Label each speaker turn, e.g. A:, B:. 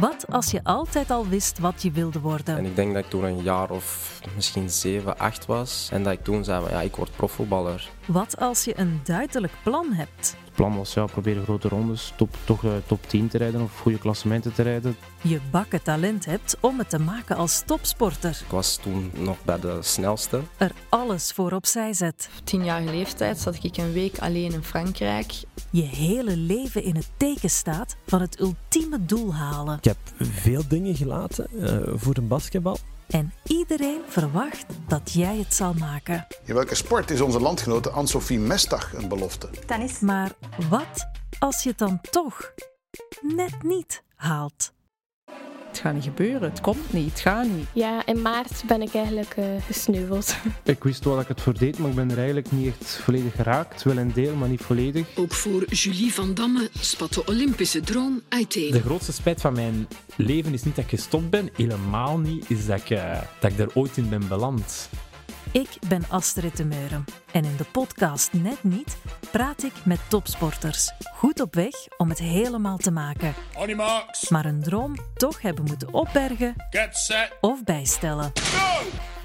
A: Wat als je altijd al wist wat je wilde worden?
B: En ik denk dat ik toen een jaar of misschien 7, 8 was. En dat ik toen zei, van, ja, ik word profvoetballer.
A: Wat als je een duidelijk plan hebt?
C: Het plan was ja, proberen grote rondes, top, toch eh, top 10 te rijden of goede klassementen te rijden.
A: Je bakken talent hebt om het te maken als topsporter.
B: Ik was toen nog bij de snelste.
A: Er alles voor opzij zet.
D: Op tienjarige leeftijd zat ik een week alleen in Frankrijk.
A: Je hele leven in het teken staat van het ultieme doel halen.
E: Ik heb veel dingen gelaten eh, voor een basketbal.
A: En iedereen verwacht dat jij het zal maken.
F: In welke sport is onze landgenote Anne-Sophie Mestag een belofte?
G: Tennis.
A: Maar wat als je het dan toch net niet haalt?
H: Het gaat niet gebeuren, het komt niet, het gaat niet.
I: Ja, in maart ben ik eigenlijk eh, gesneuveld.
C: Ik wist wel dat ik het voor deed, maar ik ben er eigenlijk niet echt volledig geraakt. Wel een deel, maar niet volledig.
J: Ook voor Julie van Damme spat de Olympische droom uiteen.
K: De grootste spijt van mijn leven is niet dat ik gestopt ben, helemaal niet, is dat ik, eh, dat ik er ooit in ben beland.
A: Ik ben Astrid de Meuren en in de podcast Net Niet praat ik met topsporters. Goed op weg om het helemaal te maken,
L: On your marks,
A: maar een droom toch hebben moeten opbergen
L: get set,
A: of bijstellen.
L: go!